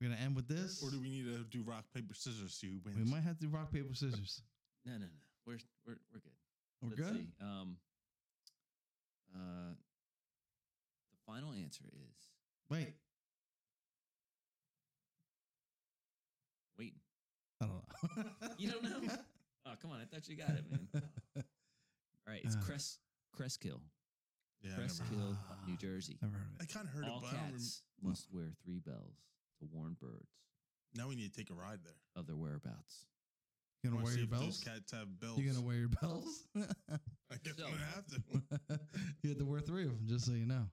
We're gonna end with this, Or do we need to do rock, paper, scissors to see who wins? We might have to do rock paper scissors. No, no, no. We're we're we're good. We're Let's good. see. Um. Uh. The final answer is Wait, wait. I don't know. You don't know? Oh, come on! I thought you got it, man. All right, it's Uh. Crest Crestkill, yeah, I never- Crestkill, Ah. New Jersey. Never heard of I it. kind of heard All it, but I don't rem- cats must wear three bells to warn birds now we need to take a ride there. of their whereabouts. You I gonna wanna wear see your if those bells? Cats have bells. You gonna wear your bells? I guess So- I'm gonna have to. you have to wear three of them, just so you know.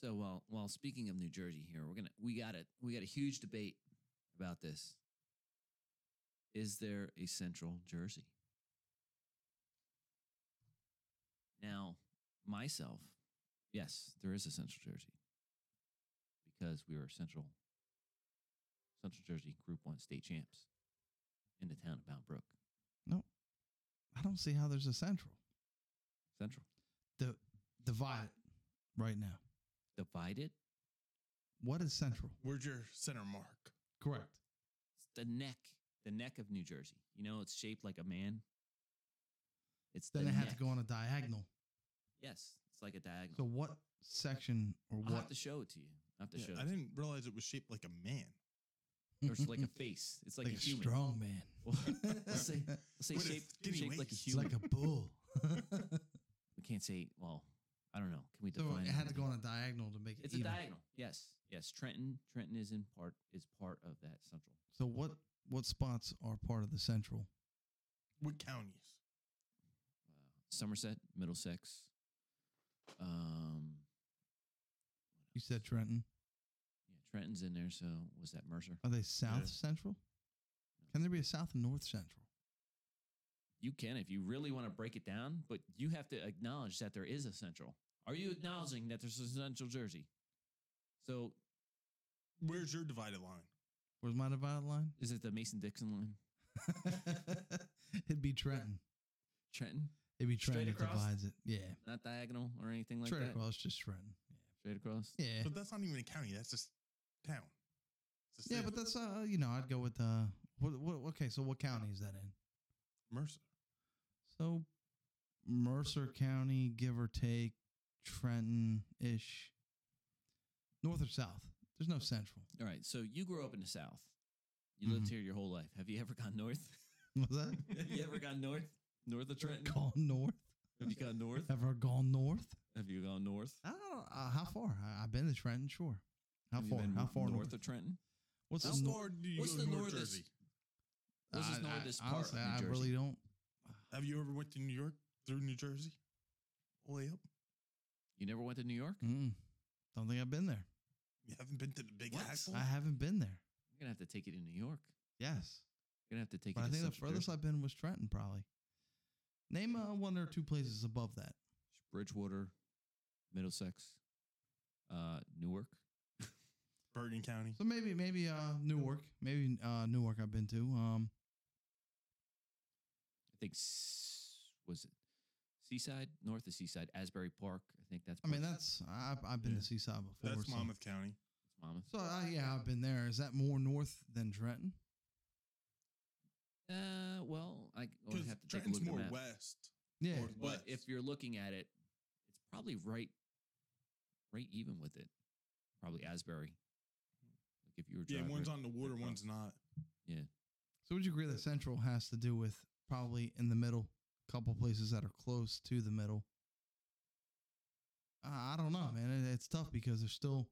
So while while speaking of New Jersey here, we're gonna we got it. We got a huge debate about this. Is there a central Jersey? Now, myself, yes, there is a central Jersey. Because we were central Central Jersey Group One state champs in the town of Mount Brook. I don't see how there's a central. Central. The divide it right now. Divided. What is central? Where's your center mark? Correct. It's the neck, the neck of New Jersey. You know, it's shaped like a man. It's Then the it had neck. to go on a diagonal. Yes, it's like a diagonal. So what section or I'll what? have to show it to you. I have to Yeah, show. I it. didn't realize it was shaped like a man. Or it's like a face. It's like, like a a human. strong man. Well, let's say, let's say With a shaped, skinny shaped like a waist. It's human. like a bull. we can't say. Well, I don't know. Can we so define? it had to go on a diagonal to make it It's a even. diagonal. Yes, yes. Trenton, Trenton is in part is part of that central. So what what spots are part of the central? What Mm. counties? Uh, Somerset, Middlesex. Um, You said Trenton. yeah, Trenton's in there. So was that Mercer? Are they south Yeah. central? Can there be a south and north central? You can if you really want to break it down, but you have to acknowledge that there is a central. Are you acknowledging that there's a central Jersey? So Where's your divided line? Where's my divided line? is it the Mason Dixon line? It'd be Trenton. Trenton? It'd be Straight Trenton that across? divides it. Yeah. Not diagonal or anything like Straight that. across, just Trenton. Straight across. Yeah. But that's not even a county. That's just town. It's a yeah, city. but that's, uh, you know, I'd go with, uh, what, what, okay, so what county is that in? Mercer. So Mercer County, give or take, Trenton ish. North or south? There's no central. All right. So you grew up in the South. You lived Mhm. here your whole life. Have you ever gone north? Was that? Have you ever gone north? North of Trenton? gone north? Have you gone north? Ever gone north? Have you gone north? I don't know. Uh, how far? I, I've been to Trenton, sure. How Have you far? been How far north, north? of Trenton? What's How the nor- far do you what's go the to North northest- Jersey? What's this I- I- northest part honestly, of New I Jersey? really don't. Have you ever went to New York through New Jersey? All the way up. You never went to New York? Mm, don't think I've been there. You haven't been to the Big What? Apple. I haven't been there. You're going to have to take it to New York. Yes, You're going to have to take but it I to think the Central furthest Jersey. I've been was Trenton, probably. Name uh, one or two places above that. Bridgewater, Middlesex, uh, Newark. Bergen County. So maybe maybe uh Newark, maybe uh Newark I've been to. Um I think, s- was it Seaside? North of Seaside, Asbury Park. I think that's I mean part- that's I've I've been Yeah. to Seaside before. That's so. Monmouth County. Monmouth. So uh, yeah, I've been there. Is that more north than Trenton? Uh, well, I well, I'd Because have to take a Trenton's look more at the map. west. Yeah. Or- But west. if you're looking at it, it's probably right, right even with it. Probably Asbury. Like if you were Yeah, driving, one's it- on the water, one's not. So would you agree that Central has to do with probably in the middle, couple places that are close to the middle? Uh, I don't know, man. It, it's tough because there's still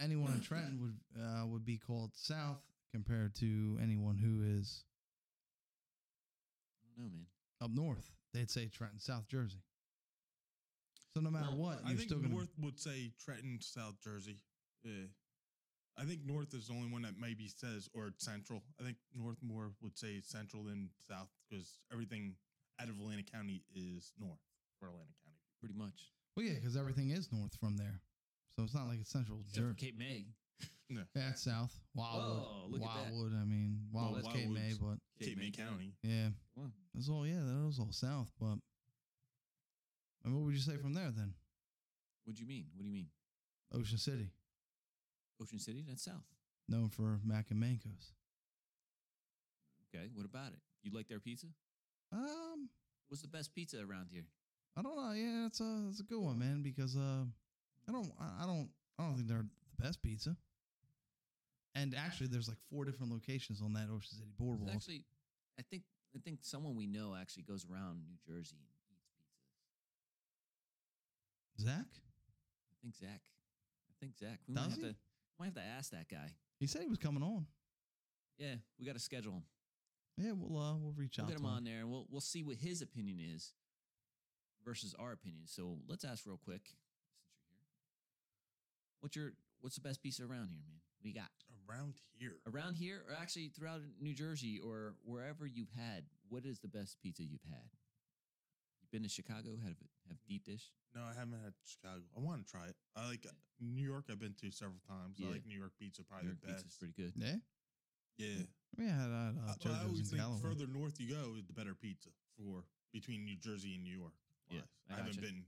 anyone in Trenton would uh, would be called South compared to anyone who is I don't know, man. up north, they'd say Trenton, South Jersey. So no matter Well, what, I you're think still going North would say Trenton, South Jersey. Yeah. I think North is the only one that maybe says or Central. I think North more would say Central than South because everything out of Atlantic County is North for Atlantic County. Pretty much. Well, yeah, because everything is north from there, so it's not like it's central Except for Jersey. Cape May. Yeah, it's south. Wildwood. Oh, look at that. Wildwood. I mean, Well, Wildwood's Cape May, Wildwood's- but Cape May County. yeah, Come on. that's all. Yeah, that was all south. But I mean, what would you say from there then? What do you mean? What do you mean? Ocean City, Ocean City? That's south. known for mac and mancos. Okay. What about it? You like their pizza? Um, What's the best pizza around here? I don't know. Yeah, that's a that's a good one, man. Because uh, I don't I I don't I don't think they're the best pizza. And actually, there's like four different locations on that Ocean City It's boardwalk. actually, I think I think someone we know actually goes around New Jersey and eats pizzas. Zach, I think Zach. I think Zach. We might Does have he? to might have to ask that guy. he said he was coming on. Yeah, we got to schedule him. Yeah, we'll uh, we'll reach We'll out get to him on there, and we'll we'll see what his opinion is versus our opinion. So let's ask real quick, since you're here. What's your what's the best pizza around here, man? What do you got Around here. around here, or actually throughout New Jersey or wherever you've had? What is the best pizza you've had? You've been to Chicago, had a- Mm-hmm. have deep dish. No, I haven't had Chicago. I want to try it. I like uh, New York. I've been to several times. Yeah. I like New York pizza probably New York the best. pizza's pretty good. Yeah, yeah. I mean, I had uh, I- uh, but I, JoJo's always in think Callaway. further north you go, the better pizza for between New Jersey and New York. Yeah, wise. I I, haven't gotcha. been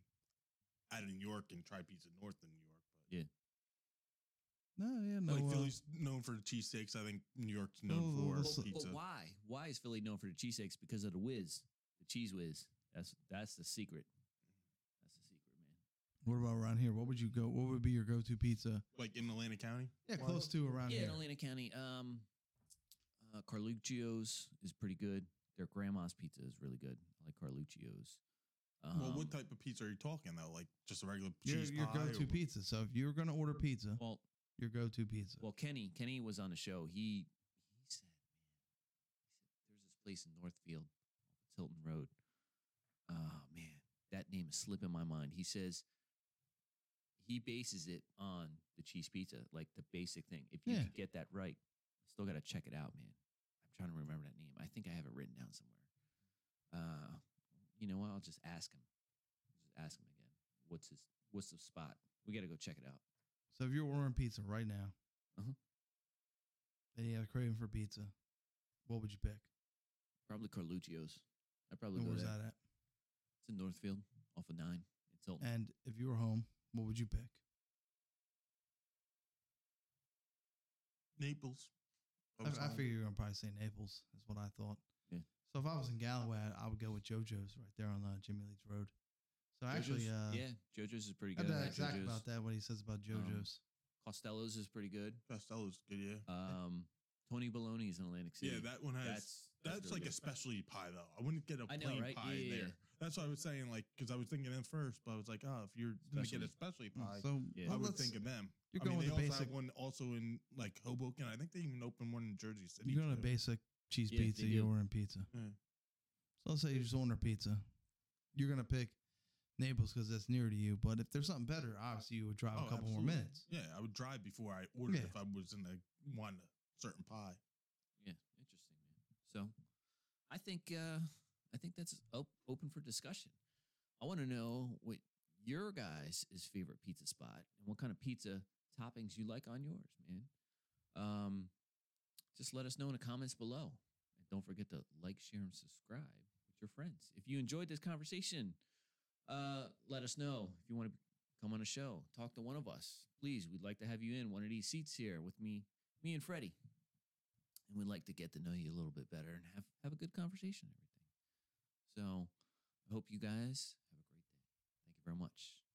out of New York and tried pizza north of New York. But No, yeah, no. like uh, Oh, Philly's known for the cheesesteaks. I think New York's known No, for the- But, but pizza. why? Why is Philly known for the cheesesteaks? Because of the whiz, the cheese whiz. That's that's the secret. That's the secret, man. what about around here? What would you go? What would be your go-to pizza? Like in Atlanta County. Yeah, Well, close to around yeah, here. in Atlanta County. Um, uh, Carluccio's is pretty good. Their grandma's pizza is really good. I like Carluccio's. Um, well, what type of pizza are you talking though? Like just a regular your cheese your pie? go-to or- pizza. So if you were gonna order pizza, Well, your go-to pizza. well, Kenny, Kenny was on the show. He he said, man, he said there's this place in Northfield, Tilton Road. Oh man, that name is slipping my mind. He says he bases it on the cheese pizza, like the basic thing. If you Yeah. could get that right, I still got to check it out, man. I'm trying to remember that name. I think I have it written down somewhere. Uh, you know what? I'll just ask him. Just ask him again. What's his? What's the spot? We got to go check it out. So if you're ordering pizza right now, Uh-huh. and you had a craving for pizza, what would you pick? Probably Carluccio's. I probably And go where's there. that at? It's in Northfield, off of nine. It's Hilton. And if you were home, what would you pick? Naples. I, was I on- figure you're gonna probably say Naples. Is what I thought. Yeah. So if I was in Galloway, I, I would go with JoJo's right there on uh, Jimmy Leeds Road. So actually, JoJo's- uh, yeah, JoJo's is pretty I'm good. I not had exact JoJo's. Um, about that. What he says about JoJo's. Costello's is pretty good. Costello's good, yeah. Uh, Um, Tony Baloney's in Atlantic City. yeah, that one has. That's, like that's really a good. specialty pie though. I wouldn't get a I plain know, right? pie Yeah, yeah, there. yeah. That's what I was saying, like, because I was thinking at first, but I was like, oh, if you're gonna get a specialty Oh, pie, so Yeah. I well, would let's- think of them. you're I going mean, they with also the have basic. one also in like Hoboken. I think they even opened one in Jersey City. You're going to too. basic cheese Yeah, they pizza. You're do. ordering pizza. Yeah. So let's say you just order pizza. You're gonna pick Naples because that's near to you. But if there's something better, obviously you would drive a Oh, couple more absolutely. minutes. Yeah, I would drive before I ordered Yeah. if I was in the one certain pie. Yeah, interesting, man. So, I think uh, I think that's op- open for discussion. I want to know what your guys' is favorite pizza spot and what kind of pizza toppings you like on yours, man. Um, just let us know in the comments below, and don't forget to like, share, and subscribe with your friends. If you enjoyed this conversation, uh, let us know if you want to come on a show, talk to one of us, please. We'd like to have you in one of these seats here with me, me and Freddie and we'd like to get to know you a little bit better and have, have a good conversation and everything. So I hope you guys have a great day. Thank you very much.